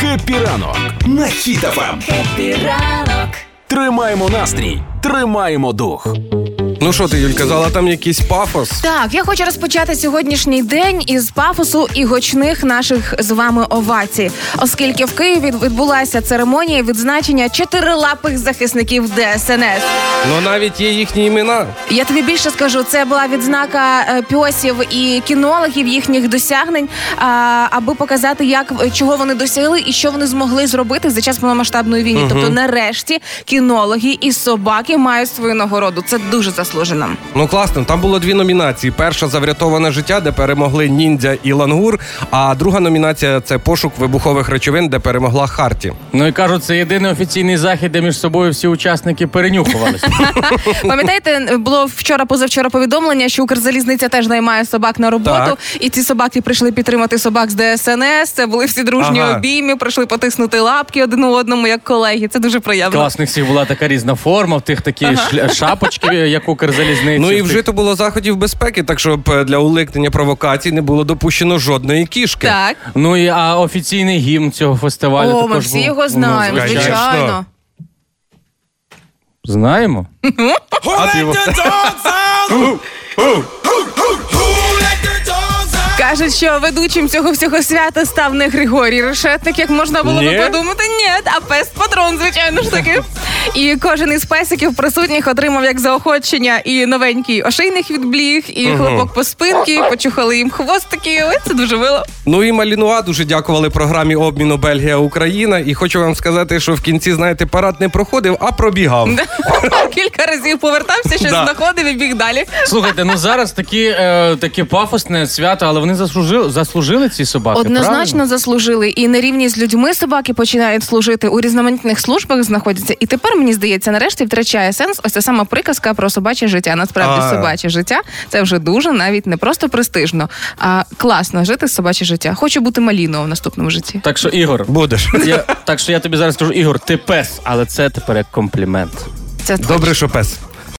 Хеппі ранок на хітафам. Тримаємо настрій, тримаємо дух. Ну що ти, Юль, казала, там якийсь пафос? Так, я хочу розпочати сьогоднішній день із пафосу і гочних наших з вами овацій, оскільки в Києві відбулася церемонія відзначення чотирилапих захисників ДСНС. Ну навіть є їхні імена. Я тобі більше скажу, це була відзнака е, пьосів і кінологів їхніх досягнень, а, аби показати, як е, чого вони досягли і що вони змогли зробити за час повномасштабної війни. Тобто, нарешті кінологи і собаки мають свою нагороду. Це дуже заслужено. Ну класно, там було дві номінації: перша за врятоване життя, де перемогли ніндзя і лангур. А друга номінація це пошук вибухових речовин, де перемогла Харті. Ну і кажуть, це єдиний офіційний захід, де між собою всі учасники перенюхувалися. Пам'ятаєте, було вчора позавчора повідомлення, що Укрзалізниця теж наймає собак на роботу, Так. і ці собаки прийшли підтримати собак з ДСНС. Це були всі дружні Ага. обійми, прийшли потиснути лапки один одному, як колеги. Це дуже приємно. Класних всіх була така різна форма, в тих такі шля- шапочки, як Укрзалізниці. Ну і в тих- вжито було заходів безпеки, так щоб е, для уникнення провокацій не було допущено жодної кішки. Так. Ну і а офіційний гімн цього фестивалю. О, також ми всі був. Ну, його знаємо, звичайно. звичайно. Знаємо? А ти його- Кажуть, що ведучим цього всього свята став не Григорій Решетник, як можна було Ні? би подумати. Ні, а пес патрон, звичайно ж таки. І кожен із песиків присутніх отримав як заохочення і новенький ошейних від бліг, і хлопок по спинки, почухали їм хвостики. Ой, це дуже мило. Ну і Малінуа дуже дякували програмі обміну Бельгія Україна. І хочу вам сказати, що в кінці, знаєте, парад не проходив, а пробігав. Кілька разів повертався, щось Да. знаходив і біг далі. Слухайте, ну зараз такі, е, такі пафосне свято, але вони заслужили, заслужили ці собаки. Однозначно правильно? заслужили і на рівні з людьми собаки починають служити у різноманітних службах, знаходяться. І тепер мені здається, нарешті втрачає сенс. Ось ця сама приказка про собаче життя. Насправді А. собаче життя це вже дуже навіть не просто престижно, а класно жити собаче життя. Хочу бути маліною в наступному житті. Так що, Ігор, Будеш. я, так що я тобі зараз кажу, Ігор, ти пес, але це тепер як комплімент. Це Добре, що пес.